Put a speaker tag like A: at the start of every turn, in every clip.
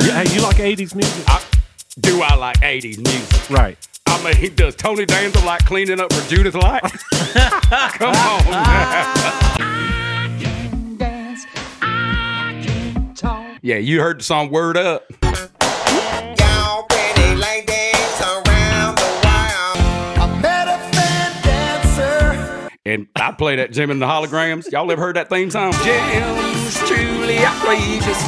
A: hey, you like 80s music?
B: I, do I like 80s music?
A: Right.
B: I mean, he does Tony Danza like cleaning up for Judith Light? Come on. now. yeah, you heard the song Word Up.
C: Y'all pretty ladies around the wild. I met a fan dancer.
B: And I play that Jim and the Holograms. Y'all ever heard that theme song? Jim's truly outrageous.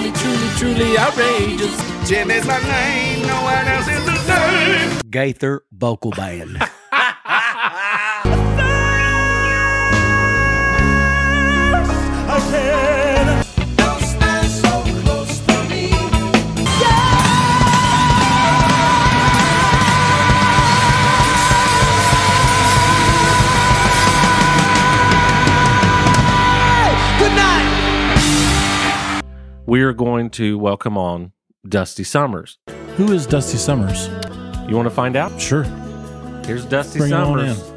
B: Truly, truly, truly outrageous. Jim is my name. No one else is the same.
D: Gaither Vocal Band.
C: Don't stand so close to me.
E: We are going to welcome on Dusty Summers.
A: Who is Dusty Summers?
E: You want to find out?
A: Sure.
E: Here's Dusty
A: Bring him on
E: Summers.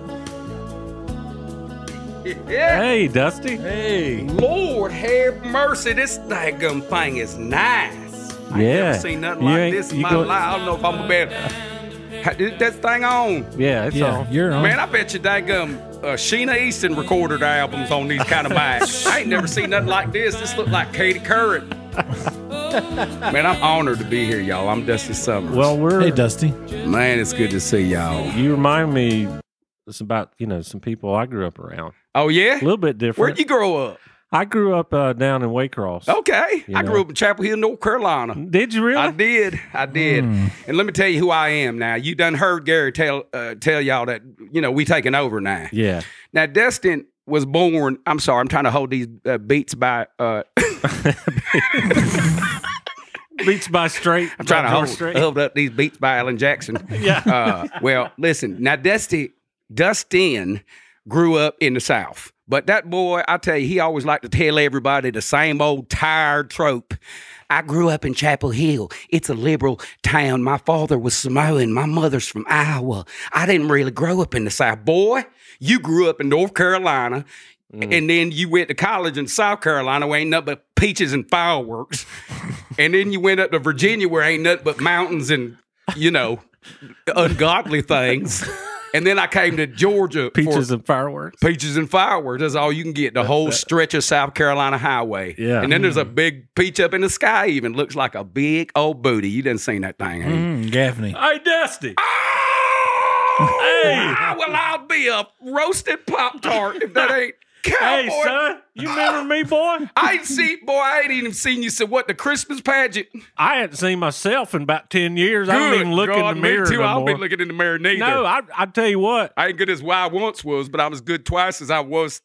E: Hey, Dusty.
A: Hey.
B: Lord have mercy. This daggum thing is nice. I ain't
E: Yeah.
B: never seen nothing
E: You
B: like
E: ain't-
B: this in
E: you
B: my
E: go-
B: life. I don't know if I'm a bad. Is that thing on?
E: Yeah, it's
A: Yeah,
E: on.
A: you're on.
B: Man, I bet you daggum uh, Sheena Easton recorded her albums on these kind of mics. I ain't never seen nothing like this. This looked like Katie Couric. Man, I'm honored to be here, y'all. I'm Dusty Summers.
E: Well, we're
A: hey, Dusty.
B: man, it's good to see y'all.
E: you remind me it's about, you know, some people I grew up around.
B: Oh yeah,
E: A little bit different.
B: where'd you grow up?
E: I grew up uh, down in Waycross.
B: Okay,
E: You
B: I
E: know.
B: grew up in Chapel Hill, North Carolina.
E: Did you really? Hmm.
B: I did. I did. And let me tell you who I am now. You done heard Gary tell uh, tell y'all that you know we taking over now.
E: Yeah.
B: Now Destin was born. I'm sorry. I'm trying to hold these uh, beats by. Uh,
E: Beats by straight.
B: I'm trying to hold,
E: straight.
B: hold up these beats by Alan Jackson.
E: Yeah.
B: uh, well, listen. Now Dusty Dustin grew up in the South. But that boy, I tell you, he always liked to tell everybody the same old tired trope. I grew up in Chapel Hill. It's a liberal town. My father was Samoan. My mother's from Iowa. I didn't really grow up in the South. Boy, you grew up in North Carolina. And then you went to college in South Carolina where ain't nothing but peaches and fireworks. and then you went up to Virginia where ain't nothing but mountains and, you know, ungodly things. And then I came to Georgia
E: Peaches
B: for
E: and fireworks.
B: peaches and fireworks. That's all you can get. The whole stretch of South Carolina highway.
E: Yeah. Mm.
B: And then there's a big peach up in the sky. Even looks like a big old booty. You didn't seen that thing. Have you?
A: Mm, Gaffney.
E: Hey, Dusty. Hey.
B: Ah, well, I'll be a roasted pop tart if that ain't
E: Hey,
B: cowboy.
E: son. You remember me, boy?
B: I ain't seen, boy. I ain't even seen you. So what? The Christmas pageant.
E: I hadn't seen myself in about 10 years. I don't
B: Good
E: even look
B: God,
E: in the mirror
B: Me too.
E: no
B: I don't
E: more.
B: be looking in the mirror neither.
E: no, I, I tell you what.
B: I ain't good as why I once was, but I was good twice as I was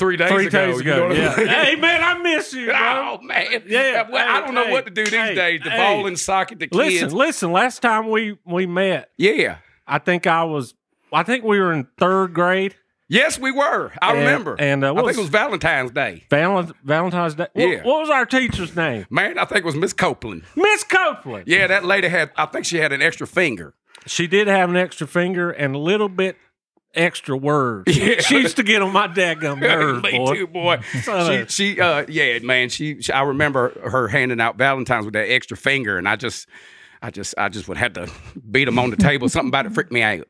B: three days
E: Three
B: ago.
E: days
B: you know
E: ago.
B: what I'm
E: yeah.
B: saying?
E: hey, man, I miss you, bro.
B: Oh man,
E: Yeah,
B: Well, I
E: hey,
B: don't know
E: hey,
B: what to do these
E: hey,
B: days. The
E: hey.
B: ball and socket, the kids.
E: Listen, listen. Last time we we met,
B: Yeah.
E: I think I was, I think we were in third grade.
B: Yes, we were. I
E: And-
B: remember.
E: and, uh,
B: I
E: what
B: think
E: was-
B: it was Valentine's Day.
E: Valent- Valentine's Day. What,
B: Yeah.
E: what was our teacher's name?
B: Man, I think it was Miss Copeland.
E: Miss Copeland.
B: Yeah, that lady had. I think she had an extra finger.
E: She did have an extra finger and a little bit extra words. She used to get on my daggum nerves,
B: Me
E: boy.
B: too, boy. she,
E: Son.
B: she, uh, yeah, man. She, she, I remember her handing out Valentines with that extra finger, and I just, I just, I just would have to beat them on the table. Something about it freaked me out.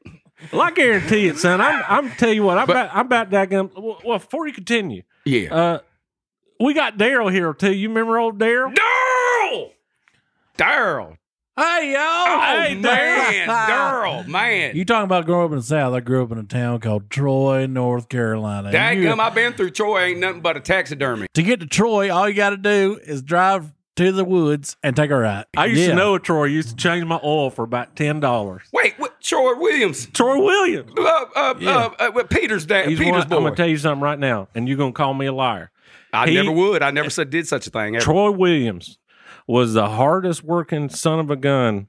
E: Well, I guarantee it, son. I'm, I'm tell you what. I'm about, I'm about daggum. Well, well, before you continue,
B: Yeah.
E: uh, we got Daryl here too. You remember old Daryl?
B: Daryl. Daryl. Oh,
A: Hey, y'all.
E: Hey,
B: Man, Daryl, man.
A: You talking about growing up in the South? I grew up in a town called Troy, North Carolina. And you-
B: Dadgum, um, I've been through Troy. Ain't nothing but a taxidermy.
A: to get to Troy, all you got to do is drive to the woods and take a ride.
E: I used
A: Yeah.
E: to know a Troy. Used to change my oil for about ten dollars.
B: Wait, what? Troy Williams,
E: Troy Williams.
B: uh, uh, uh, uh, with Peter's dad,
E: He's
B: Peter's
E: one, I'm
B: boy.
E: gonna tell you something right now, and you're gonna call me a liar.
B: I
E: he-
B: never would. I never said did such a thing. Ever.
E: Troy Williams was the hardest working son of a gun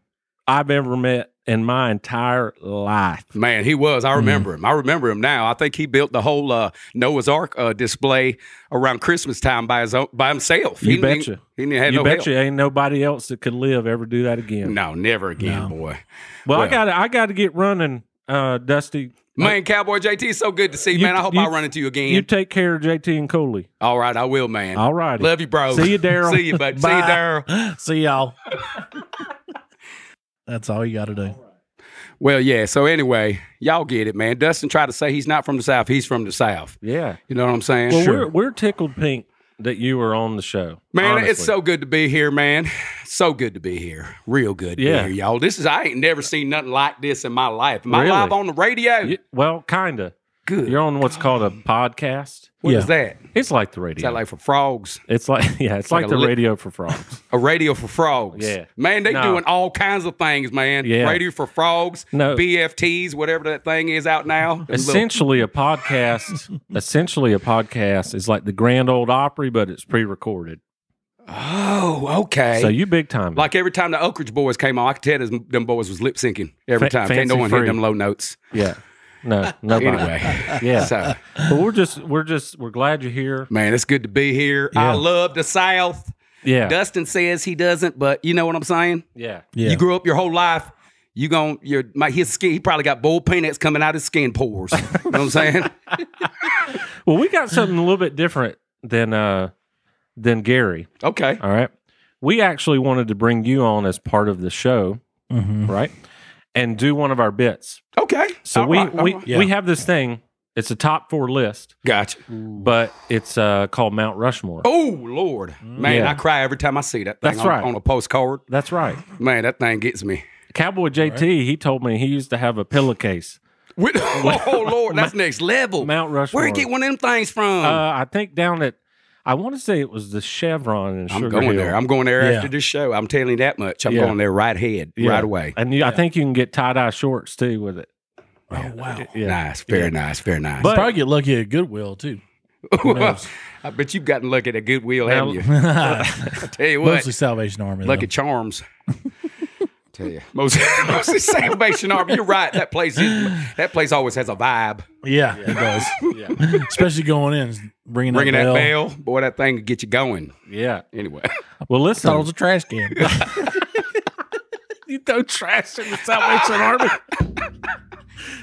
E: I've ever met in my entire life.
B: Man, he was.
E: Mm-hmm.
B: I remember him. I remember him now. I think he built the whole uh, Noah's Ark uh, display around Christmas time by his own, by himself.
E: You
B: he didn't-
E: betcha.
B: He didn't have
E: you
B: no
E: bet
B: help.
E: you ain't nobody else that could live ever do that again.
B: No, never again, boy.
E: well,
B: well.
E: I got I got to get running, uh, Dusty.
B: Man, Cowboy JT, so good to see you,
E: You-
B: man. I hope
E: you-
B: I run into you again.
E: You take care of JT and Cooley.
B: All right, I will, man.
E: All righty.
B: Love you, bro.
E: See you, Daryl.
B: See you, bud. See you,
A: Bye.
B: Daryl.
A: See y'all. That's all you got to do.
B: Well, yeah. So anyway, y'all get it, man. Dustin tried to say he's not from the South. He's from the South.
E: Yeah.
B: You know what I'm saying?
E: Well, we're we're tickled pink that you were on the show.
B: Man, it's
E: honestly.
B: so good to be here, man. So good to be here. Real good to
E: Yeah.
B: be here, y'all. This is I ain't never seen nothing like this in my life. Am I
E: Really?
B: live on the radio?
E: You- well, kinda.
B: Good.
E: You're on what's called a podcast.
B: What is
A: Yeah.
B: that?
E: It's like the
B: Is
E: radio.
B: that like for frogs?
E: it's like yeah, it's, like,
B: like a
E: the
B: lit-
E: radio for frogs.
B: A radio for frogs.
E: Yeah.
B: Man, they
E: No.
B: doing all kinds of things, man.
E: Yeah.
B: Radio for frogs,
E: No.
B: BFTs, whatever that thing is out now. Them little-
E: essentially a podcast essentially a podcast is like the grand old opry, but it's pre recorded.
B: Oh, okay.
E: So you big time.
B: Like every time the Oak Ridge boys came on, I could tell this, them boys was lip syncing every
E: Fa-
B: time. Can't
E: fancy
B: no one
E: free.
B: hit them low notes.
E: yeah. No, nobody.
B: Anyway,
E: Yeah.
B: so
E: But we're just we're just we're glad you're here.
B: man, it's good to be here. I
E: Yeah.
B: love the South.
E: Yeah.
B: Dustin says he doesn't, but you know what I'm saying.
E: yeah.
A: Yeah.
B: You grew up your whole life. You gon' your my his skin. He probably got bold peanuts coming out his skin pores. you know what I'm saying?
E: Well, we got something a little bit different than uh than Gary.
B: Okay.
E: All right. We actually wanted to bring you on as part of the show,
A: Mhm.
E: right? And do one of our bits.
B: Okay.
E: So
B: All
E: we
B: right, all
E: we,
B: right.
E: we have this thing. It's a top four list,
B: gotcha.
E: but it's uh, called Mount Rushmore.
B: Oh Lord, man,
E: Yeah.
B: I cry every time I see that. Thing
E: That's
B: on,
E: right.
B: on a postcard.
E: That's right.
B: Man, that thing gets me.
E: Cowboy JT, he told me he used to have a pillowcase.
B: With, oh Lord, that's next level.
E: Mount Rushmore.
B: Where you get one of them things from?
E: Uh, I think down at, I want to say it was the Chevron in
B: I'm
E: Sugar
B: going
E: Hill.
B: there. I'm going there
A: Yeah.
B: after this show. I'm telling you that much. I'm
E: Yeah.
B: going there right head,
E: Yeah.
B: right away.
E: And you, I think you can get tie dye shorts too with it.
A: Oh wow.
E: Yeah.
B: Nice, very nice, very nice.
E: But-
A: Probably get lucky at Goodwill too. Who knows?
B: I bet you've gotten lucky at Goodwill,
E: Now-
B: haven't you?
A: Mostly
B: I tell you what,
A: Salvation Army.
B: Lucky
A: though.
B: Charms. tell you, mostly, mostly Salvation Army. You're right. That place is that place always has a vibe.
A: Yeah, it does. Especially going in, bringing,
B: Ringing that
A: that, bell.
B: bell, boy, that thing could get you going.
E: Yeah.
B: Anyway,
E: Well, listen.
A: Thought it was a trash can.
E: you throw trash in the Salvation Army.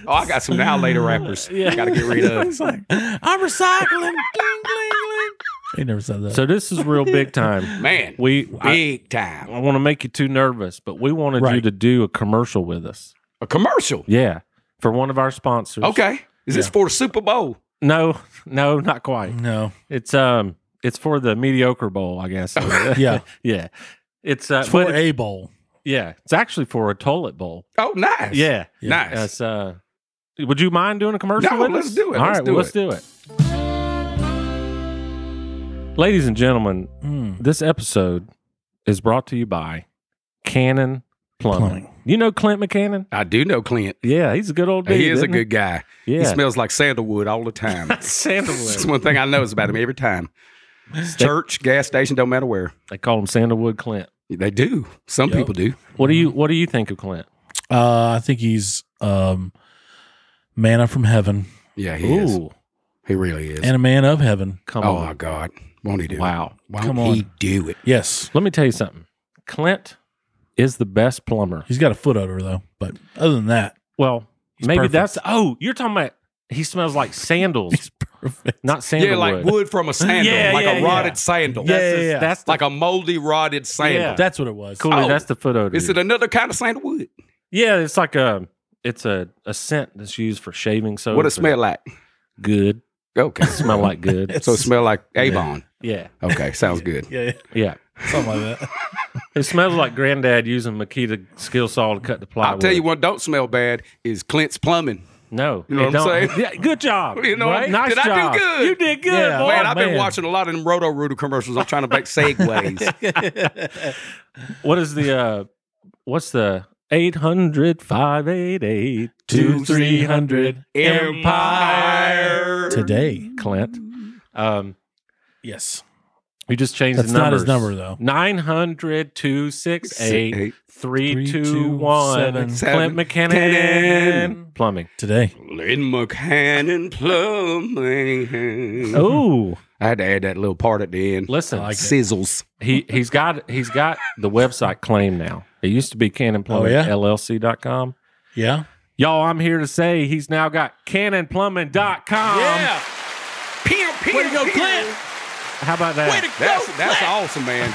B: oh, I got some now later rappers.
E: Yeah.
B: I got to get rid of.
A: It's like, I'm recycling. Cling, cling, cling. He never said that.
E: So this is real big time.
B: Man,
E: We I,
B: big time.
E: I want to make you too nervous, but we wanted you
A: Right.
E: to do a commercial with us.
B: A commercial.
E: Yeah. For one of our sponsors.
B: Okay, is this for the Super Bowl?
E: No, no, not quite.
A: no.
E: It's um it's for the mediocre bowl, I guess.
A: Yeah.
E: yeah. It's uh
A: It's for
E: but-
A: a bowl.
E: yeah, it's actually for a toilet bowl.
B: Oh, nice.
E: Yeah.
B: Nice.
E: That's uh would you mind doing a commercial?
B: No,
E: with
B: let's
E: us?
B: do it.
E: All
B: Let's
E: right,
B: do
E: well, let's
B: it.
E: do it. Ladies and gentlemen,
A: Mm.
E: this episode is brought to you by Cannon Plumbing.
A: Plumbing.
E: You know Clint McCannon?
B: I do know Clint.
E: Yeah, he's a good old dude.
B: He is a
E: isn't
B: good guy. He
E: Yeah.
B: smells like sandalwood all the time. That's
E: Sandalwood.
B: one thing I notice about him every time. Church, gas station, don't matter where.
E: they call him Sandalwood Clint.
B: They do. Some
A: Yep.
B: people do.
E: What do you What do you think of Clint?
A: Uh, I think he's um, manna from heaven
B: Yeah, he is. He really is.
A: and a man of heaven.
E: come
B: Oh
E: on!
B: my God. Won't he do it?
E: Wow.
B: Won't
A: Come on.
B: he do it?
A: Yes.
E: Let me tell you something. Clint is the best plumber.
A: He's got a foot odor, though. But other than that,
E: Well,
A: He's
E: maybe
A: perfect.
E: that's oh, you're talking about he smells like sandals,
A: perfect.
E: not
B: Yeah,
E: sandalwood.
B: like wood from a sandal,
E: Yeah,
B: like
E: yeah,
B: a rotted
E: yeah.
B: sandal.
E: That's
A: Yeah,
E: his-
A: yeah, yeah.
E: that's the,
B: Like a moldy rotted sandal.
E: Yeah.
A: That's what it was.
E: cool.
B: Oh.
E: that's the foot odor.
B: Is it another kind of sandalwood?
E: yeah, it's like a it's a, a scent that's used for shaving soap.
B: What it smell like?
E: Good.
B: Okay.
E: Smell like good.
A: It's-
B: so it smell like Avon.
E: yeah,
B: Okay, sounds good.
A: Yeah, yeah.
E: yeah.
A: Something like that.
E: It smells like granddad using Makita skill saw to cut the plywood.
B: I'll tell you what don't smell bad is Clint's plumbing.
E: No,
B: You know
E: it
B: what I'm
E: don't.
B: saying?
E: Yeah, good job.
B: You know what?
E: right? nice
B: Did I do
E: job.
B: good?
E: You did good,
A: Yeah.
E: boy.
B: man,
A: Oh,
B: I've been
A: man.
B: watching a lot of them Roto Rooter commercials. I'm trying to make segues.
E: What is the uh what's the 800 588 2300
B: Empire.
A: Today.
E: Clint? Um
A: Yes.
E: you just changed
A: That's
E: the
A: not his
E: numbers.
A: number, though.
E: 900 268 3221
A: Six,
E: Clint
B: seven,
E: McKinnon
B: ten.
E: plumbing.
A: Today.
B: Lynn McCannon plumbing.
E: Oh,
B: I had to add that little part at the end.
E: listen.
A: I like it.
B: Sizzles.
E: He he's got he's
A: Oh,
E: got the website claim now. It used to be Cannon Plumbing
A: yeah?
E: LLC.com.
A: Yeah.
E: Y'all, I'm here to say he's now got cannonplumbing.com.
B: yeah. Pew, pew,
D: Way to go,
B: pew.
D: Clint.
E: How about that?
D: Way to
B: That's
D: go.
B: that's
D: Clint.
B: awesome, man.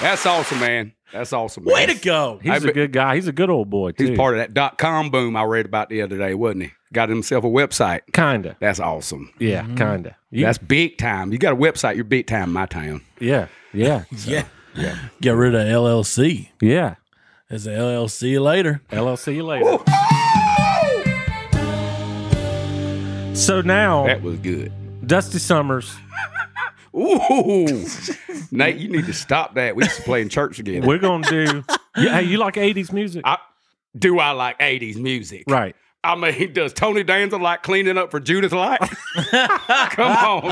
B: That's awesome, man. That's awesome. Man.
D: Way to go.
E: He's
B: I
E: a
B: be-
E: good guy. He's a good old boy, too.
B: He's part of that dot com boom I read about the other day, wasn't he? Got himself a website.
E: Kinda.
B: That's awesome.
E: Yeah,
A: Mm-hmm.
E: kinda. You-
B: That's big time. You got a website, you're big time, in my town.
E: yeah, yeah,
D: Yeah.
A: Get rid of LLC.
E: yeah.
A: It's a LLC later.
E: LLC later. So now,
B: That was good.
E: Dusty Summers,
B: Ooh. Nate, you need to stop that. We used to play in church together.
E: we're gonna do. Yeah, hey, you like '80s music,
B: I, do I like 80s music?
E: right?
B: I mean, does Tony Danza like cleaning up for Judith Light? Come on.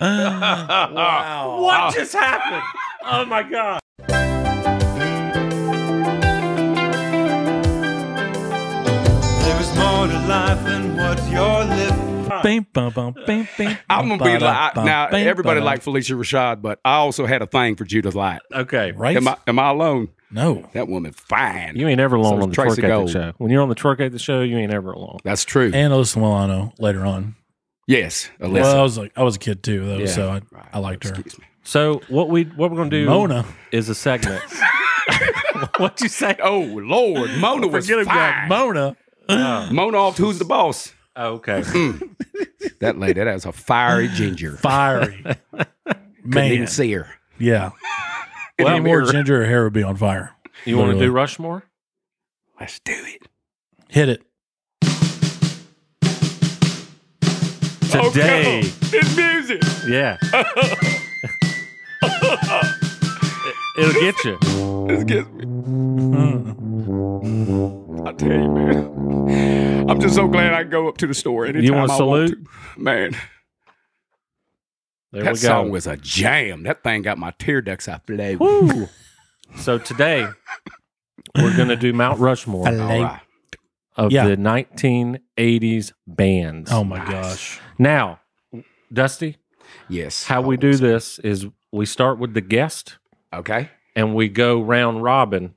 B: now.
E: What just happened? Oh my god!
F: There is more to life than what you're living.
A: Bam, bum, bum, bam, bam,
B: I'm gonna be
A: bum,
B: like
A: bum,
B: now.
A: bam,
B: Everybody
A: bum.
B: liked Felicia Rashad, but I also had a thing for Judith Light.
E: Okay,
A: right?
B: Am I am I alone?
A: no,
B: That woman fine.
E: You ain't ever alone
B: So
E: on the
B: Tracy
E: twerk at
B: Gold.
E: the show. When you're on the twerk at the show, you ain't ever alone.
B: That's true.
A: and Alyssa Milano later on.
B: yes, Alyssa.
A: Well, I was like, I was a kid too, though,
E: Yeah.
A: so I,
B: Right.
A: I liked her.
B: Excuse me.
E: So what we what we're gonna do
A: Mona,
E: is a segment. what you say?
B: Oh Lord, Mona was
A: forget about
B: fine.
A: Mona.
B: Mona off to who's the boss?
E: Oh, okay.
B: That lady, that was a fiery ginger.
A: Fiery
B: Couldn't even
A: man.
B: see her.
A: Yeah,
E: Well,
A: any more ginger, her hair would be on fire.
E: You want to
A: Literally.
E: do Rushmore?
B: Let's do it.
A: Hit it.
E: Today.
B: it's music.
E: Yeah. it, will get you.
B: This gets me.
A: Mm.
B: I tell you, man. I'm just so glad I can go up to the store anytime
E: You
B: I
E: want to salute?
B: to. Man,
E: There
B: that
E: we go.
B: song was a jam. That thing got my tear ducts out. Play.
E: Woo. So today we're gonna do Mount Rushmore
B: All right.
E: of
A: Yeah.
E: the 1980s bands.
A: Oh my gosh.
E: Now, Dusty,
B: Yes.
E: how we do this is we start with the guest
B: Okay.
E: and we go round robin.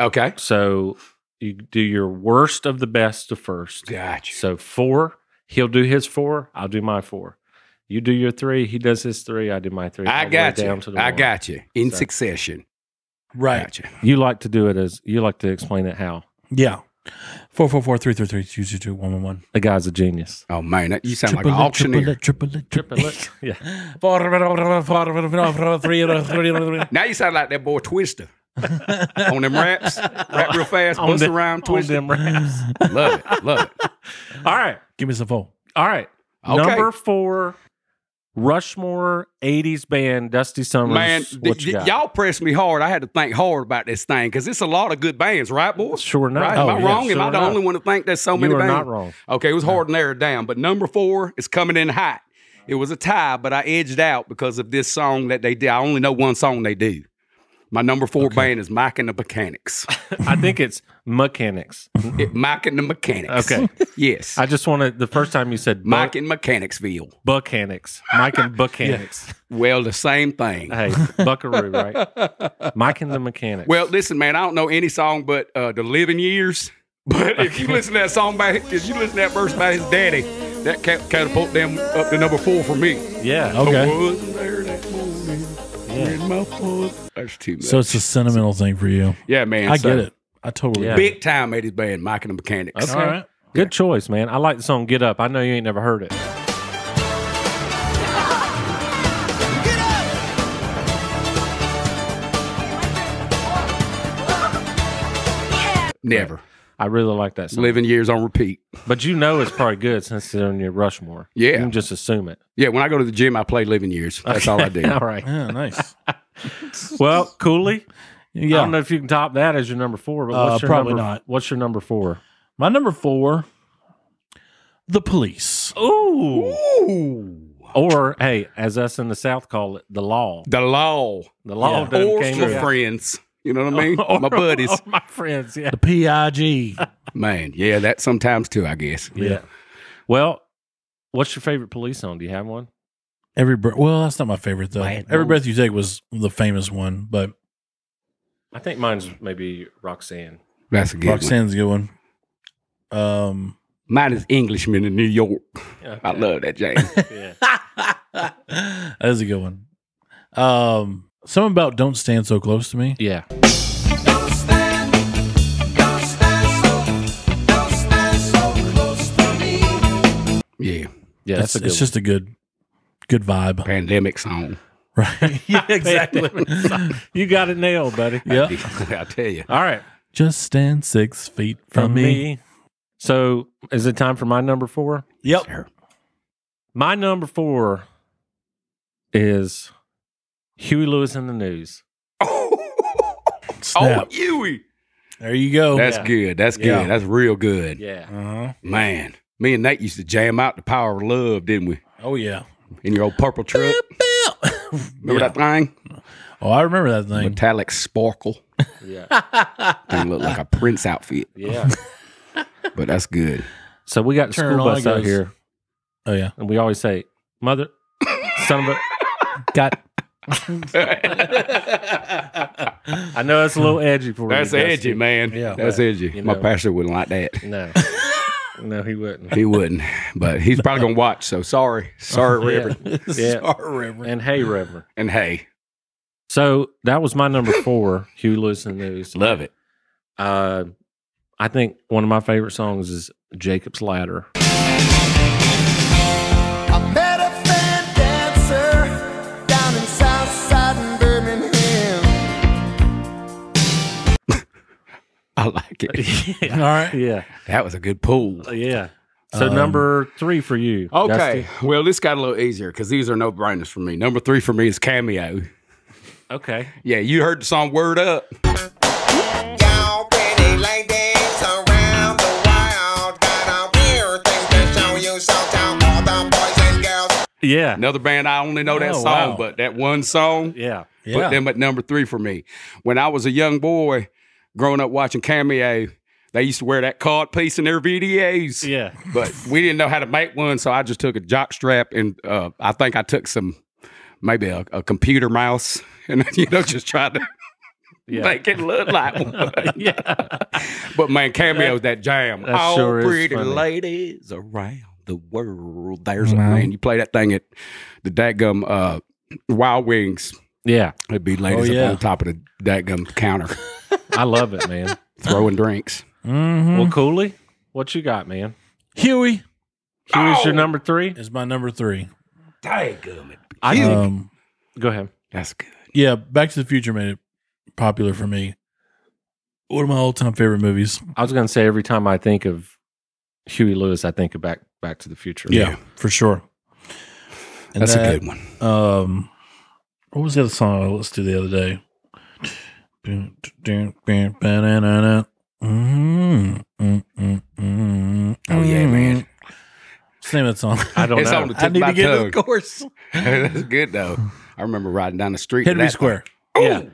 B: Okay.
E: So you do your worst of the best to first.
B: Gotcha.
E: So four, he'll do his four, I'll do my four. You do your three, he does his three, I do my three. all
B: I
E: the way
B: got
E: down
B: you.
E: to the
B: I
E: one.
B: got you. In
E: So-
B: succession.
A: Right.
B: Gotcha.
E: You like to do it as you like to explain it how
A: Yeah. Four four four three three three two two two one one one.
E: the guy's a genius.
B: Oh man, that, you sound like an auctioneer.
A: Triple it, triple it,
E: Triplet. yeah.
A: triple it.
B: Now you sound like that boy Twister on them raps. Rap real fast,
E: On
B: bust
E: them-
B: around,
E: on
B: twist
E: them raps.
B: Love it. Love it.
E: All right.
A: Give me some phone.
E: All right.
B: Okay.
E: Number four, Rushmore 80s band, Dusty Summers.
B: Man,
E: what
B: th-
E: you got?
B: y'all pressed me hard. I had to think hard about this thing because it's a lot of good bands, right, boys?
E: Sure enough.
B: Right?
E: Oh,
B: Am I
E: yeah,
B: wrong? Am
E: sure
B: I the
E: enough.
B: only one to think there's so
E: You
B: many
E: are
B: bands?
E: not wrong.
B: Okay, it was hard to narrow it down, but number four is coming in hot. It was a tie, but I edged out because of this song that they did. I only know one song they do. My number four band is Mike and the Mechanics.
E: I think it's mechanics.
B: it, Mike and the Mechanics.
E: Okay.
B: Yes.
E: I just want to, the first time you said
B: Mike
E: bu-
B: and Mechanicsville.
E: Buckhanics. Mike and Buckhanics.
B: Well, the same thing.
E: Hey, Buckaroo, right? Mike and the Mechanics.
B: Well, listen, man, I don't know any song but uh, The Living Years. But if you listen to that song by, if you listen to that verse by his daddy, that ca- catapult them up to number four for me.
E: yeah.
A: Okay.
B: I wasn't there that morning when my father- That's too much.
A: So it's a sentimental thing for you.
B: yeah, man.
A: I
B: so-
A: get it. I totally
E: Yeah.
A: get it.
B: Big time made his band, Mike and the Mechanics.
E: Okay. Good choice, man. I like the song Get Up. I know you ain't never heard it.
B: Never.
E: I really like that song.
B: Living Years on repeat.
E: But you know it's probably good since it's on your Rushmore.
B: Yeah.
E: You can just assume it.
B: Yeah, when I go to the gym, I play Living Years. That's all I do.
E: All right.
A: Yeah, nice.
E: Well, Cooley, I don't
A: Yeah.
E: know if you can top that as your number four, but
A: Uh,
E: what's your
A: probably
E: number,
A: not.
E: What's your number four?
A: My number four, the police.
B: Oh.
E: Ooh.
B: Ooh.
E: Or, hey, as us in the South call it, the law.
B: The law.
E: The law
A: Yeah.
E: done
B: or
E: came
B: your
E: out.
B: friends. You know what I mean?
E: Or-
B: my buddies.
E: or my friends, yeah.
A: The PIG.
B: Man, yeah, that sometimes too, I guess.
E: Yeah. Well, what's your favorite police song? Do you have one?
A: Every breath. Well, that's not my favorite though.
E: Man,
A: Every
E: no.
A: breath you take was the famous one, but
E: I think mine's maybe Roxanne.
B: That's a good one.
A: Roxanne's a good one. Um,
B: Mine is Englishman in New York. I
E: Okay.
B: love that jam.
E: Yeah.
A: that is a good one. Um, something about "Don't Stand So Close to Me."
E: yeah.
C: Don't stand, don't stand so, don't stand so close to me.
B: yeah,
E: Yeah. That's
A: It's-
E: a good
A: it's just a good, good vibe,
B: pandemic song.
A: right?
E: one. Yeah, exactly. you got it nailed, buddy.
A: yeah.
B: I tell you.
E: All right.
A: Just stand six feet from, me.
E: So is it time for my number four?
A: Yep.
B: Sure.
E: My number four is Huey Lewis in the News.
B: Oh,
A: Snap.
B: Huey.
A: There you go.
B: That's
E: Oh, yeah.
B: good. That's good.
A: Yeah.
B: That's real good.
E: Yeah.
A: Uh-huh.
B: Man, me and Nate used to jam out the power of love, didn't we?
A: Oh yeah.
B: In your old purple truck. Remember that thing?
A: Oh, I remember that thing.
B: Metallic sparkle.
E: Yeah.
B: Thing looked like a Prince outfit,
E: Yeah.
B: but that's good.
E: So we got the
A: Turn
E: school
A: on,
E: bus
A: it
E: out
A: goes.
E: here,
A: Oh yeah.
E: and we always say, "Mother, son of a."
A: Got
E: I know that's a little edgy for
B: That's
E: you,
B: edgy,
E: Dusty.
B: man.
A: Yeah.
B: That's edgy.
E: You
B: My
E: know.
B: pastor wouldn't like that.
E: No, no, he wouldn't.
B: He wouldn't, but he's probably gonna watch. So sorry, sorry,
E: Yeah.
B: Reverend.
E: Yeah.
A: Sorry, Reverend.
E: And hey, Reverend.
B: And hey,
E: So that was my number four, Hugh Lewis in the News.
B: love it.
E: Uh, I think one of my favorite songs is Jacob's Ladder.
C: I met a fan dancer down in Southside Birmingham.
B: I like it.
A: All right.
E: Yeah,
B: That was a good pool.
E: yeah. So
A: Um,
E: number three for you.
B: Okay,
E: Dusty.
B: well, this got a little easier because these are no brainers for me. Number three for me is Cameo.
E: Okay.
B: Yeah, you heard the song Word Up.
G: Y'all pretty ladies around the world got a weird thing to show you, so tell all the boys and girls.
E: Yeah.
B: Another band, I only know that
A: Oh,
B: song,
A: wow.
B: but that one song
E: Yeah.
B: put
A: Yeah.
B: them at number three for me. When I was a young boy growing up watching Cameo, they used to wear that card piece in their videos.
E: Yeah.
B: but we didn't know how to make one, so I just took a jock strap and uh, I think I took some maybe a, a computer mouse and you know just tried to
E: Yeah.
B: make it look like one.
E: yeah.
B: But man, cameos that jam.
E: that
B: All
E: sure is
B: pretty
E: funny.
B: ladies around the world. There's a
A: Wow.
B: man. You play that thing at the dadgum uh Wild Wings.
E: Oh, Yeah.
B: It'd be ladies
A: yeah.
B: up on top of the dadgum counter
E: I love it, man.
B: throwing drinks.
A: Mhm.
E: Well, Cooley, what you got, man?
A: Huey
E: Here's
B: Oh!
E: your number three.
A: is my number three.
B: Dadgum.
E: I think.
A: Um,
E: go ahead.
B: That's good.
A: yeah, Back to the Future made it popular for me. One of my all-time favorite movies.
E: I was going to say every time I think of Huey Lewis, I think of Back Back to the Future.
A: Yeah, for sure. And
B: That's
E: uh,
A: that-
B: a good one.
A: Um, what was the other song I listened to the other day? Oh
B: yeah, man.
A: What's the name of that song?
E: I don't
B: It's
E: know.
B: on the tip of my tongue.
A: course.
B: That's good though. I remember riding down the street.
A: Henry
B: that-
A: Square.
E: Yeah.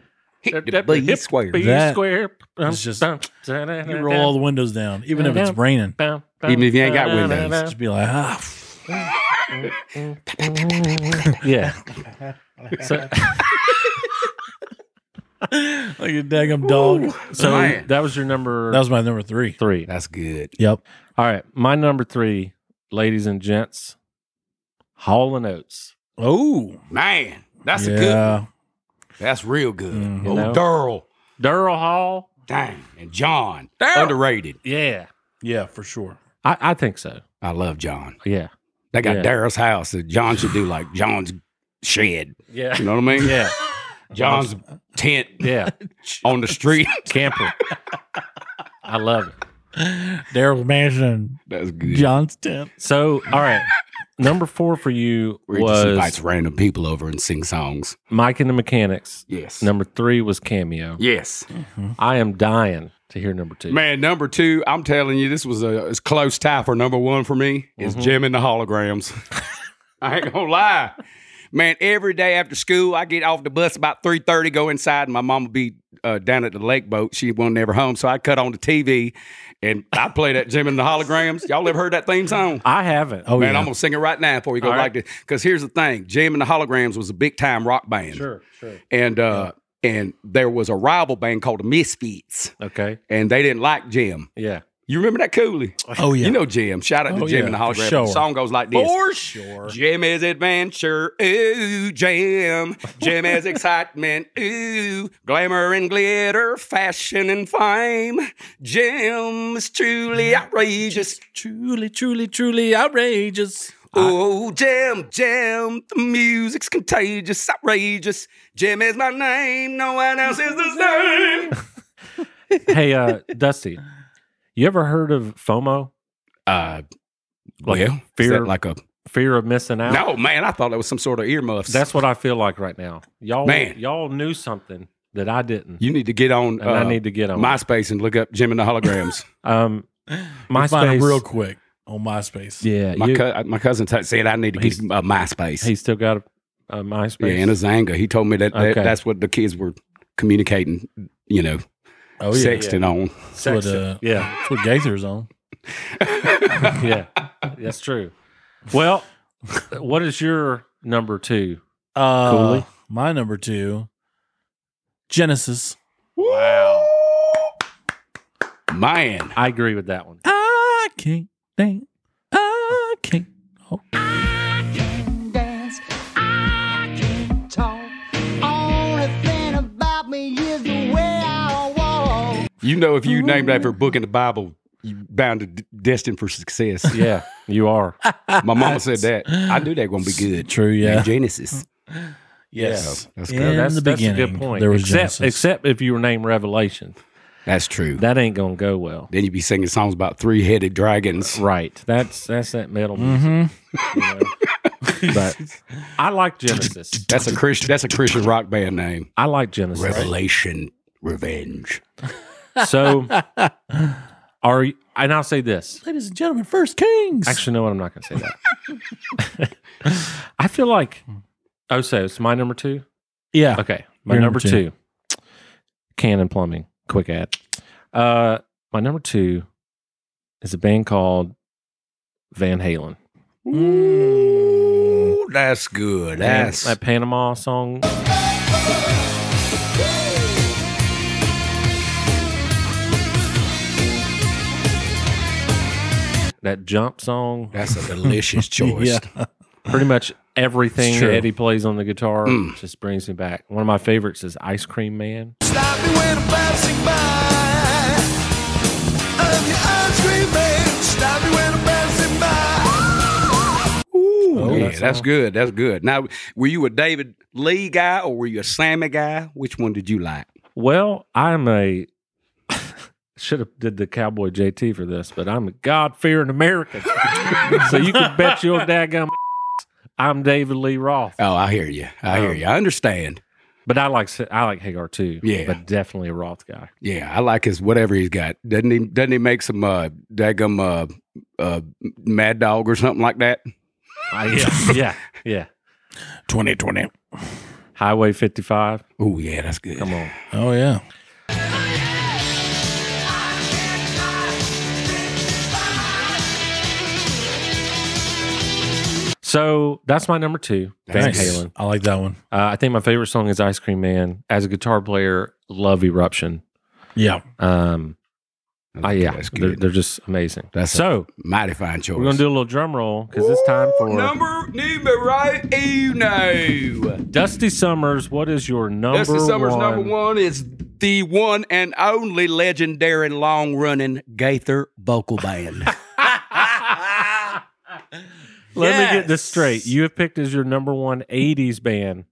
B: Hit the
E: That-
B: B
E: hip-
B: square.
E: B
A: That
E: square.
A: is just- You roll all the windows down, even if it's raining.
B: Even if you ain't got windows.
A: Just be like, ah,
E: Yeah. So,
A: like a daggum dog.
E: so
B: Man.
E: that was your number
A: That was my number three.
E: three.
B: That's good.
A: Yep.
E: All right. My number three, ladies and gents, Hall and Oates.
A: Oh,
B: Man, that's a good one.
A: yeah.
B: That's real good.
A: Mhm.
E: Mm-hmm.
B: Oh,
E: You know?
B: Daryl.
E: Durrell Hall.
B: Dang. And John. Underrated.
E: Yeah.
A: Yeah, for sure.
E: I, I think so.
B: I love John.
E: Yeah.
B: They got
E: Yeah.
B: Daryl's house that John should do like John's shed.
E: Yeah.
B: You know what I mean?
E: Yeah.
B: John's tent
E: Yeah.
B: on the street.
E: Camper. I love it.
A: Daryl Mansion,
B: That's good.
A: Johnston.
E: So, all right. Number four for you
B: Where he just
E: was
B: invites random people over and sing songs.
E: Mike and the Mechanics.
B: Yes.
E: Number three was Cameo.
B: yes.
E: I am dying to hear number two.
B: Man, number two, I'm telling you, this was a, it's close tie for number one for me. Is
E: Mm-hmm.
B: Jim and the holograms. I ain't gonna lie. Man, every day after school, I get off the bus about 3.30, go inside, and my mom would be uh, down at the lake boat. She wasn't ever home, so I cut on the TV, and I play that Jim and the holograms. Y'all ever heard that theme song?
E: I haven't.
A: Oh,
B: Man,
A: yeah.
B: I'm gonna sing it right now before you go
E: All
B: like
E: right.
B: this. Because here's the thing: Jim and the Holograms was a big time rock band,
E: sure, sure.
B: and uh, and there was a rival band called the Misfits,
E: Okay.
B: and they didn't like Jim.
E: Yeah.
B: You remember that Cooley?
A: Oh yeah.
B: You know Jim. Shout out to
A: Oh,
B: Jim
A: yeah,
B: and the Hall
A: for
B: Sure. The
A: sure.
B: song goes like this.
A: sure.
B: Jim is adventure, ooh, Jim. Jim is excitement, ooh. Glamour and glitter, fashion and fame. Jim's truly outrageous.
A: Truly, truly, truly outrageous.
B: Oh, Jim, Jim, the music's contagious, outrageous. Jim is my name, no one else is the same.
E: hey, uh, Dusty, you ever heard of FOMO?
B: Uh,
E: Like
B: well, is
E: fear,
B: that like a
E: fear of missing out.
B: no, man. I thought that was some sort of earmuffs.
E: That's what I feel like right now. Y'all,
B: Man.
E: y'all knew something that I didn't,
B: you need to get on. uh,
E: and I need to get on. My,
B: MySpace and look up Jim and the Holograms.
E: um,
A: I find
E: MySpace,
A: him real quick on MySpace.
E: yeah,
B: my,
E: you-
B: cou- uh, my cousin t- said I need to get
E: He's-
B: uh, MySpace.
E: he still got a, a
B: yeah,
E: MySpace.
B: and a Zanga. He told me that, that
E: Okay.
B: that's what the kids were communicating, you know,
A: Oh yeah.
B: sexting on.
A: That's what, uh,
E: yeah,
A: that's what Gaither's on.
E: yeah, that's true. Well, what is your number two?
A: Uh,
E: Cooley.
A: My number two, Genesis.
E: Wow,
B: Man,
E: I agree with that one.
A: I can't think. I can't.
H: dance. I can talk. Only thing about me is the way I walk.
B: you know, if you named after a book in the Bible, you bound to d- destined for success.
E: Yeah, you are.
B: my mama said that. I knew that going to be good.
A: True. Yeah.
B: Genesis.
A: Yes.
B: Yeah, that's
A: In
B: good.
E: that's,
A: the
E: that's
A: beginning,
E: a good point.
A: there was
E: except,
A: Genesis.
E: except if you were named Revelation,
B: That's true.
E: that ain't gonna go well.
B: then you'd be singing songs about three headed dragons.
E: Right. That's that's that metal music.
A: Mm-hmm.
E: you know. but I like Genesis.
B: That's a Christian. That's a Christian rock band name.
E: I like Genesis.
B: Revelation, revenge.
E: So are you, and I'll say this.
A: Ladies and gentlemen, First Kings.
E: Actually, no, I'm not gonna say that. I feel like oh, so it's my number two.
A: yeah.
E: Okay, my
A: Your
E: number,
A: number two.
E: two. Cannon Plumbing. Quick ad. Uh, my number two is a band called Van Halen.
B: Ooh, that's good. That's
E: that Panama song. That jump song,
B: that's a delicious choice.
A: Yeah.
E: pretty much everything
A: It's true.
E: Eddie plays on the guitar
B: Mm.
E: just brings me back. One of my favorites is Ice Cream Man.
C: Stop me when I'm passing by. I'm your ice cream man. Stop me when I'm passing by.
B: Ooh,
A: Oh,
B: yeah,
A: that's
B: that's,
A: all.
B: good. That's good. Now, were you a David Lee guy or were you a Sammy guy? Which one did you like?
E: Well, I'm a should have did the cowboy JT for this, but I'm a God fearing American. so you can bet your daggum I'm David Lee Roth.
B: Oh, I hear you. I hear
E: Um,
B: you. I understand.
E: But I like I like Hagar too.
B: Yeah.
E: but definitely a Roth guy.
B: Yeah, I like his whatever he's got. Doesn't he? Doesn't he make some uh, daggum uh, uh, Mad Dog or something like that?
E: I- yeah, yeah, yeah.
A: Twenty twenty.
E: Highway 55.
B: Oh yeah, that's good.
E: Come on,
A: Oh yeah.
E: so that's my number two, Van
B: Nice.
E: Halen.
A: I like that one.
E: Uh, I think my favorite song is Ice Cream Man. As a guitar player, love Eruption.
A: Yeah.
E: Um, I, yeah,
B: that's
E: they're,
B: good.
E: they're just amazing.
B: That's a-
E: so
B: Mighty fine choice.
E: We're gonna do a little drum roll because it's time for
B: number numero uno.
E: Dusty Summers. What is your number?
B: Dusty Summers
E: one?
B: number one is the one and only legendary long running Gaither.
D: Vocal band.
E: Let me get this straight. You have picked as your number one '80s band,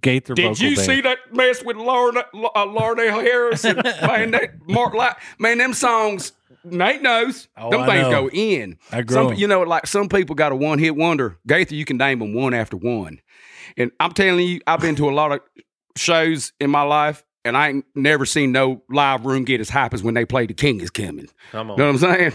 E: Gaither.
B: Did
E: vocal
B: you
E: band.
B: see that mess with Lorna, uh, Lorna Harrison? man, that, Mark, like, man, them songs. Nate knows.
A: Oh,
B: them
A: I
B: things
A: know.
B: go in.
A: I grew
B: Some,
A: up.
B: you know, like some people got a one hit wonder. Gaither, you can name them one after one. And I'm telling you, I've been to a lot of shows in my life, and I ain't never seen no live room get as hype as when they played The King is Coming.
E: Come
B: You know
E: on,
B: what I'm saying?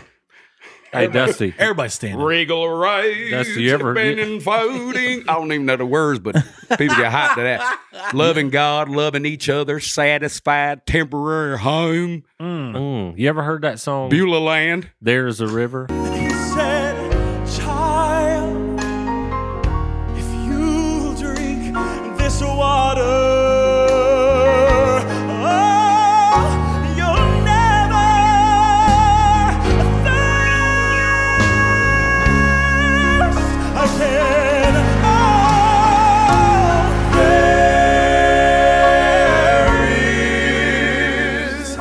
E: hey Dusty.
A: Everybody standing.
B: Regal array,
E: Dusty, you ever-
B: been and floating. I don't even know the words, but people get hyped to that. Loving God, loving each other, satisfied, temporary home,
A: Mm.
E: Mm, you ever heard that song?
B: Beulah land.
E: There's a river.
C: He said, Child, if you drink this water, oh, you'll never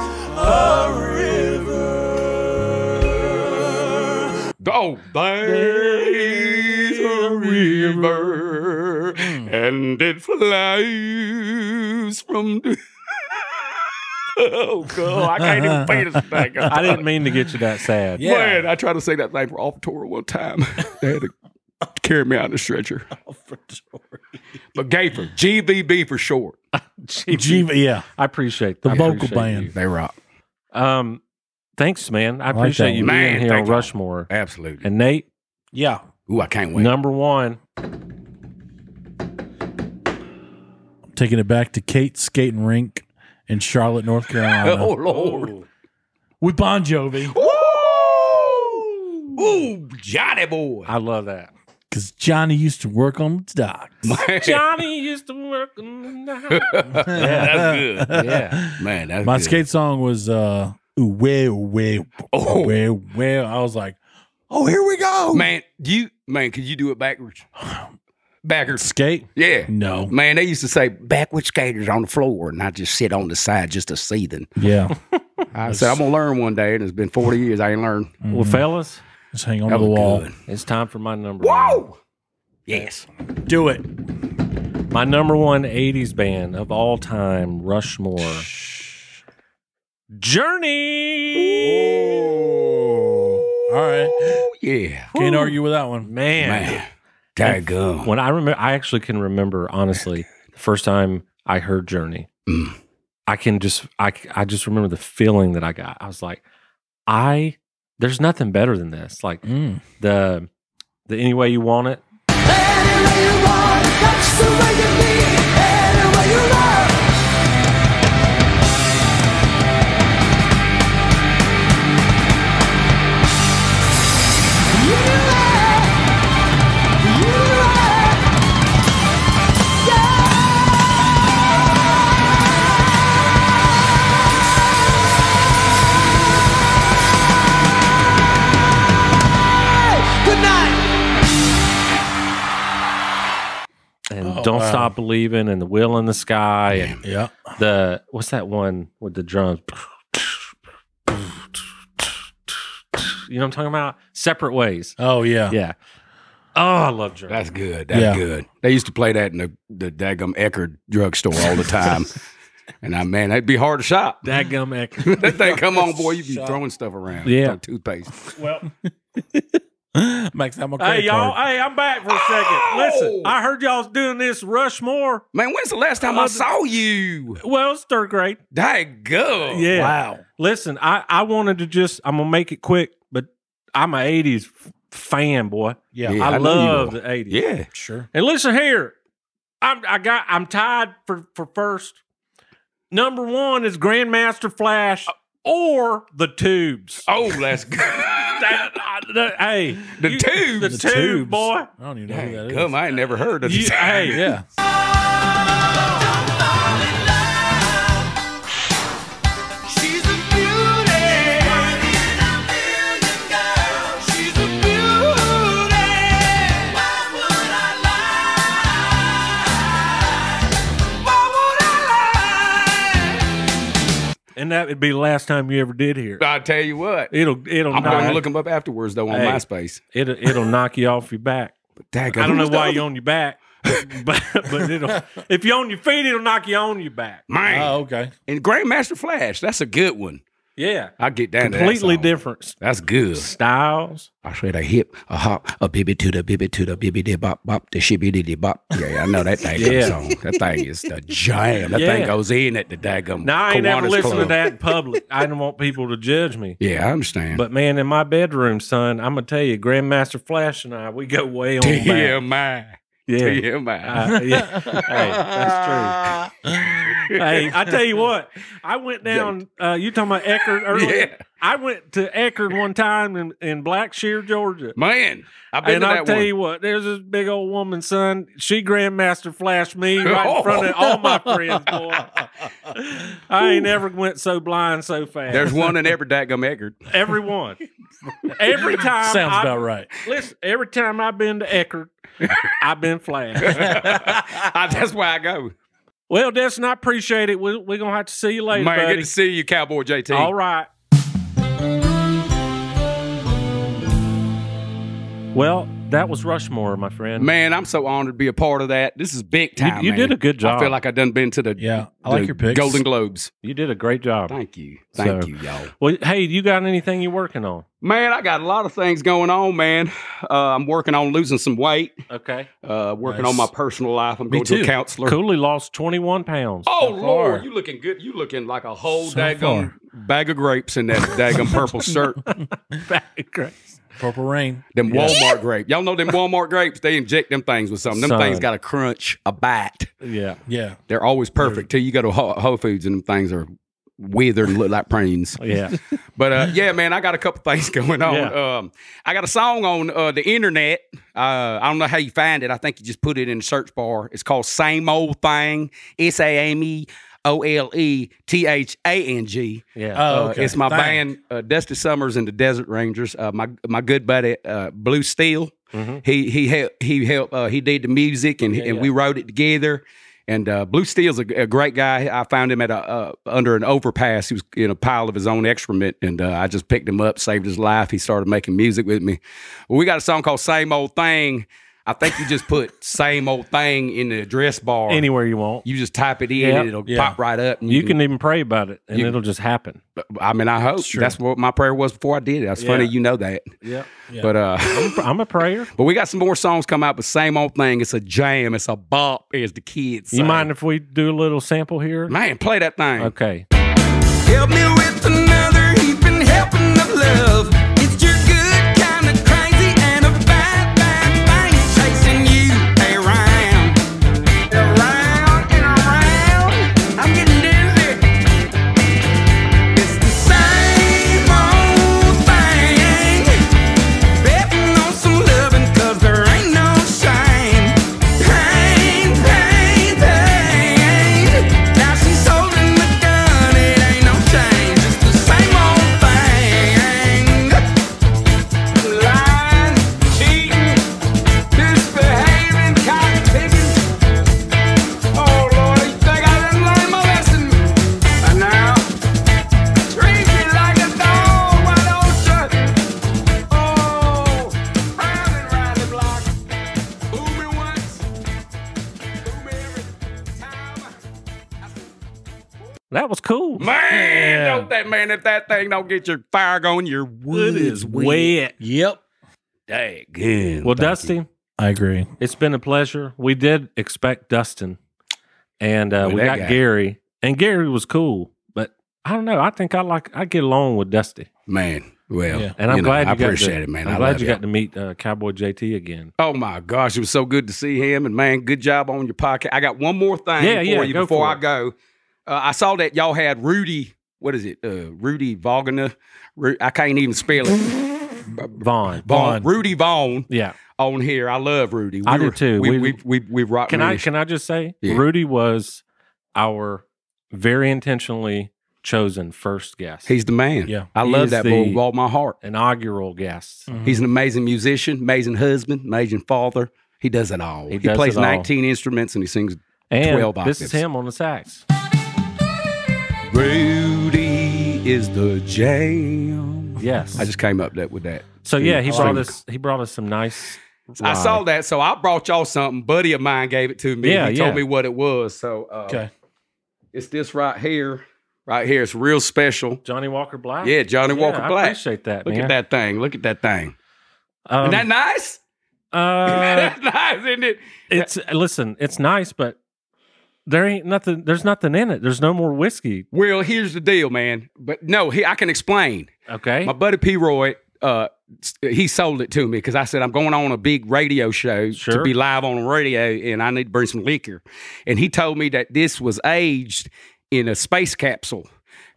C: Oh.
B: Oh, there's a river and it flies from. the- oh God, I can't even play this thing.
E: I didn't mean to get you that sad.
A: Yeah.
B: Man, I tried to say that thing for off tour one time. they had to carry me out in a stretcher. But Gafer, GBB for short.
A: G- yeah.
E: I appreciate
A: The
E: I
A: vocal
E: appreciate
A: band.
E: you.
B: They rock.
E: Um, thanks, man. I
A: like
E: appreciate
A: that
E: you
B: one.
E: being
B: Man,
E: here on
B: thank y'all.
E: Rushmore.
B: Absolutely.
E: And Nate,
A: Yeah.
B: Ooh, I can't wait.
E: number one.
A: I'm taking it back to Kate's skating rink in Charlotte, North Carolina.
B: Oh, Lord.
A: With Bon Jovi.
B: Woo! Ooh, Johnny boy.
E: I love that.
A: Because Johnny used to work on the docks.
B: Man,
E: Johnny used to work. in the house.
B: that's good.
E: yeah.
B: Man, that's
A: My
B: good.
A: skate song was uh ooh, well, well,
B: Oh.
A: well, well. I was like, oh, here we go.
B: Man, you man, could you do it backwards? Backwards.
A: Skate?
B: Yeah.
A: No.
B: Man, they used to say backward skaters on the floor, and I just sit on the side just to see them.
A: Yeah.
B: I said I'm gonna learn one day, and it's been 40 years I ain't learned.
E: Well, fellas,
A: Mm-hmm. Just hang on
B: That
A: to the
B: was
A: wall.
B: good.
E: it's time for my number one.
B: Whoa! Yes.
A: Do it.
E: My number one 80s band of all time, Rushmore. Journey!
A: All right.
B: Oh yeah.
A: Can't argue with that one.
E: Man.
B: Man, daggum.
E: When I remember, I actually can remember, honestly, the first time I heard Journey.
B: Mm.
E: I can just, I, I just remember the feeling that I got. I was like, I, there's nothing better than this. Like
A: Mm.
E: the, the any way you want it.
H: Good night.
E: And
A: Oh,
E: don't
A: wow.
E: stop believing and the will in the sky and
A: Yeah.
E: the what's that one with the drums? You know what I'm talking about? Separate ways.
A: Oh, yeah.
E: Yeah. Oh, I love drums.
B: That's good. That's
A: Yeah.
B: good. They used to play that in the, the daggum Eckerd drugstore all the time. and I man, that'd be hard to shop.
E: Dadgum echo.
B: that thing, come on, boy, you be throwing stuff around.
E: Yeah.
B: Throw toothpaste.
A: Max, I'm okay.
E: Hey y'all, hey, I'm back for a second. Listen,
B: Oh!
E: I heard y'all's doing this Rushmore.
B: Man, when's the last time I saw you?
E: Well, it's third grade.
B: Daggum.
E: Yeah.
A: Wow.
E: Listen, I, I wanted to just I'm gonna make it quick, but I'm a '80s f- fan, boy.
A: Yeah.
B: Yeah.
E: I,
B: I know you
E: love
B: are.
E: the '80s.
B: Yeah.
A: Sure.
E: And listen here, I'm I got I'm tied for for first. Number one is Grandmaster Flash or the Tubes.
B: Uh, Oh, that's good.
E: That- I- the- hey,
B: The Tubes.
E: the,
B: The
E: tube,
A: Tubes.
E: boy.
A: I don't even know who that is.
B: Come, I ain't never heard of
E: You-
B: this.
E: hey,
A: Yeah.
C: She's a beauty. She's a beauty. Why would I lie? Why would I lie?
E: and that would be the last time you ever did hear. it.
B: I tell you what.
E: It'll it'll
B: Uh, I'm going to
E: knock,
B: look them up afterwards, though, on
E: Hey.
B: MySpace.
E: it'll it'll knock you off your back.
B: Daggum.
E: I don't know
B: who's the
E: why
B: other-
E: you on your back, but but it'll if you on your feet, it'll knock you on your back.
B: Man.
A: Oh, okay.
B: And Grandmaster Flash, that's a good one.
E: Yeah,
B: I get down to that
E: completely
B: song.
E: different s-
B: That's good.
E: styles.
B: I said a hip, a hop, a bibby to the bibby to the bibby de bop bop the shibby de bop. Yeah, yeah, I know that daggum
E: Yeah.
B: song. That thing is the jam. That
E: Yeah.
B: thing goes in at the daggum.
E: Now I ain't ever
B: Kiwanis
E: listened to
B: Club.
E: that in public. I didn't want people to judge me.
B: Yeah, I understand.
E: But man, in my bedroom, son, I'm gonna tell you, Grandmaster Flash and I, we go way on back.
B: TMI,
E: Yeah.
B: TMI.
E: Uh, oh, yeah. hey, that's true. hey, I tell you what, I went down. Uh, you talking about Eckerd earlier?
B: Yeah.
E: I went to Eckerd one time in, in Blackshear, Georgia.
B: Man, I've been
E: And
B: to
E: I
B: that
E: tell
B: one.
E: you what, there's this big old woman, son. She grandmaster flashed me right in front of
B: Oh.
E: all my friends, boy. I ain't ever went so blind so fast.
B: There's one in every daggum Eggert.
E: everyone, every time. Um,
A: Sounds
E: I-
A: about right.
E: Listen, every time I've been to Eckerd, I've been flashed.
B: I- That's why I go.
E: Well, Destin, I appreciate it. We're, we're gonna have to see you later,
B: Man,
E: buddy.
B: good to see you, Cowboy JT.
E: all right. Well, that was Rushmore, my friend.
B: Man, I'm so honored to be a part of that. This is big
E: You-
B: time.
E: you,
B: man.
E: did a good job.
B: I feel like I done been to the
A: Yeah, I like
B: the
A: your picks.
B: Golden Globes.
E: you did a great job.
B: Thank you, thank
E: So-
B: you, y'all.
E: Well, hey, you got anything you working on?
B: Man, I got a lot of things going on, man. Uh, I'm working on losing some weight.
E: Okay.
B: Uh, working
A: Nice.
B: on my personal life. I'm
A: Me
B: going to
A: too.
B: a counselor.
E: Cooley lost 21 pounds.
B: Oh
E: so far.
B: Lord, you looking good. You looking like a whole
A: So
B: daggum bag of grapes in that daggum purple shirt.
E: Great.
A: Purple Rain.
B: Them Walmart grape. Y'all know them Walmart grapes. They inject them things with something. Them
E: Son.
B: things got a crunch, a bite.
E: Yeah.
A: Yeah.
B: They're always perfect. Till you go to Whole Whole Foods and them things are withered and look like prunes.
E: Yeah.
B: But uh, yeah, man, I got a couple things going on.
E: Yeah.
B: Um, I got a song on uh, the internet. Uh, I don't know how you find it. I think you just put it in the search bar. It's called Same Old Thing. S A M E O L E T H A N G.
E: Yeah.
A: Oh,
B: Uh,
A: okay.
B: It's my
A: Thanks.
B: band, uh, Dusty Summers and the Desert Rangers. Uh, my my good buddy, uh, Blue Steel.
E: Mhm.
B: He he helped. He helped. Uh, he did the music, and, and we wrote it together. And uh, Blue Steel's a, a great guy. I found him at a uh, under an overpass. He was in a pile of his own excrement, and uh, I just picked him up, saved his life. He started making music with me. Well, we got a song called "Same Old Thing." I think you just put "Same Old Thing" in the address bar.
E: Anywhere you want.
B: you just type it in,
E: Yeah.
B: it'll
A: Yeah.
B: pop right up. and
E: You can even pray about it and
B: You-
E: it'll just happen.
B: I mean, I hope
A: true.
B: that's what my prayer was before I did it. That's funny,
E: Yeah.
B: you know that.
E: Yeah.
A: Yeah.
B: But uh,
E: I'm a prayer.
B: but we got some more songs come out, but same old thing. It's a jam. It's a bop. As the kids,
E: You
B: say.
E: mind if we do a little sample here?
B: Man, play that thing.
E: Okay.
C: Help me with another heaping helping of love. It's your good kind of crazy and a bad, bad thing chasing you around. Around and around. I'm getting dizzy. It's the same old thing. Betting on some loving 'cause there ain't no shame. Pain, pain, pain. Now she's holding the gun, it ain't no change. It's the same old thing. Lying, cheating, misbehaving, cotton picking. Oh Lord, you think I didn't learn my lesson? And now treat me like a dog, why don't you? Oh, round and round the block. Fool me once, fool me every time.
E: That was cool.
B: Man, don't that man if that thing don't get your fire going, your wood is wet.
A: Yep.
B: Dang. Good.
E: Well, Dusty,
A: I agree.
E: it's been a pleasure. We did expect Dustin and uh,
B: Boy,
E: we
B: that
E: got
B: guy.
E: Gary, and Gary was cool, but I don't know. I think I like, I get along with Dusty.
B: man. Well,
A: Yeah.
E: And I'm
B: you know,
E: glad you
B: I
E: got
B: appreciate
E: to,
B: it, man.
E: I'm
B: I
E: glad
B: love
E: you got to meet uh, Cowboy JT again.
B: Oh my gosh, it was so good to see him. And man, good job on your podcast. I got one more thing
E: Yeah,
B: for
E: yeah,
B: you
E: go
B: before
E: for
B: I
E: it.
B: go. Uh, I saw that y'all had Rudy. What is it? Uh, Rudy Wagner. Ru- I can't even spell it.
E: Vaughn.
B: Vaughn. Rudy Vaughn
E: Yeah.
B: on here. I love Rudy.
E: I do too.
B: We
E: We-
B: we we, we rock.
E: Can I
B: really
E: can I just say
B: Yeah.
E: Rudy was our very intentionally chosen first guest,
B: He's the man.
A: Yeah.
B: I
E: He
B: love
E: is
B: that
E: the-
B: boy with all my heart.
E: inaugural guest.
B: He's an amazing musician, amazing husband, amazing father. He does it all. He,
E: does
B: plays
E: it all.
B: 19 instruments and he sings
E: And
B: 12
E: this is
B: octaves.
E: him on the sax.
B: Rudy is the jam.
E: Yes.
B: I just came up that with that.
E: so yeah, he
B: Oh.
E: brought us he brought us some nice.
B: I saw
E: rye.
B: that, so I brought y'all something. Buddy of mine gave it to me.
E: Yeah,
B: he told
E: yeah.
B: me what it was. So uh,
A: Okay.
B: it's this right here. Right here. It's real special.
E: Johnny Walker Black.
B: Yeah, Johnny
E: Yeah,
B: Walker
E: I
B: Black.
E: appreciate that.
B: Look
E: man.
B: at that thing. Look at that thing.
E: Um,
B: Isn't that nice?
E: uh,
B: That's nice, isn't it?
E: it's listen, it's nice, but there ain't nothing. There's nothing in it. There's no more whiskey.
B: Well, here's the deal, man. But no, he, I can explain.
E: Okay.
B: My buddy P. Roy, uh, s- he sold it to me because I said I'm going on a big radio show to
E: Sure.
B: be live on the radio, and I need to bring some liquor. And he told me that this was aged in a space capsule.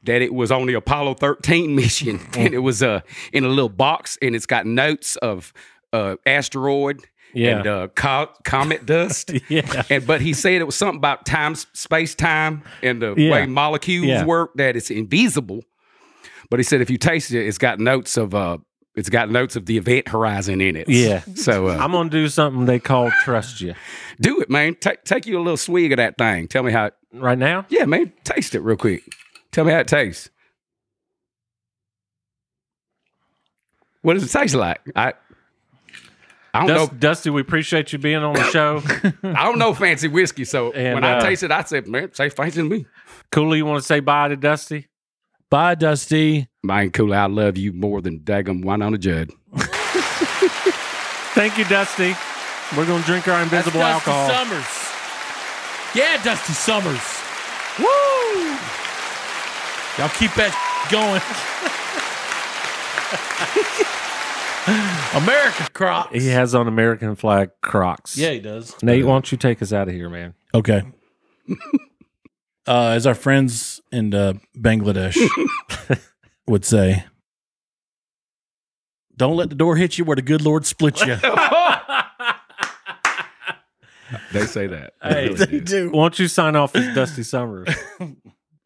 B: That it was on the Apollo 13 mission, and it was uh, in a little box, and it's got notes of uh, asteroid
E: Yeah.
B: and uh, co- comet dust.
E: yeah.
B: And but he said it was something about time, space time, and the
E: Yeah.
B: way molecules
E: Yeah.
B: work that it's invisible. But he said if you taste it, it's got notes of uh, it's got notes of the event horizon in it.
E: Yeah.
B: So uh,
E: I'm gonna do something they call trust you
B: do it, man. Take take you a little swig of that thing. Tell me how. It,
E: right now.
B: yeah, man. Taste it real quick. Tell me how it tastes. What does it taste like? I I don't
E: Dust, Dusty, we appreciate you being on the show.
B: know. I don't know fancy whiskey, so
E: And,
B: when
E: uh,
B: I taste it, I said, "Man, say fancy to me."
E: Cooley, you want to say bye to Dusty?
A: Bye, Dusty.
B: Mine cooler, I love you more than daggum Winona Judd.
E: Thank you, Dusty. We're gonna drink our invisible
A: That's Dusty
E: alcohol.
A: Summers. Yeah, Dusty Summers. Woo! Y'all keep that going. America Crocs.
E: He has on American flag Crocs.
A: Yeah, he does.
E: Nate, why don't you take us out of here, man?
A: Okay. uh, as our friends in uh, Bangladesh would say, don't let the door hit you where the good Lord split you.
B: They say that.
E: Hey.
B: really do.
A: do.
E: Why don't you sign off as Dusty Summers?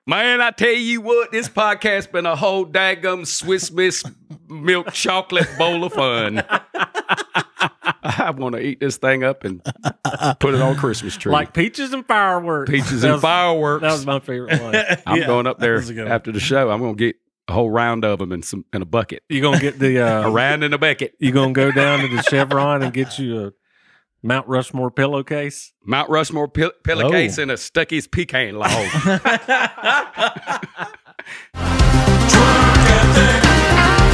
B: Man, I tell you what, this podcast been a whole daggum Swiss Miss milk chocolate bowl of fun. I want to eat this thing up and put it on Christmas tree.
E: like peaches and fireworks.
B: peaches
E: That
B: and
E: was-
B: fireworks.
E: That was my favorite one.
B: I'm
A: Yeah,
B: going up
A: that
B: there
A: was a good one.
B: after the show. I'm going to get a whole round of them in some in a bucket,
E: You gonna get the
B: a
E: uh,
B: round in a bucket.
E: you gonna go down to the Chevron and get you a Mount Rushmore pillowcase?
B: Mount Rushmore pill-
E: Oh.
B: pillowcase and a Stuckey's pecan oh, log.
C: Drunk at the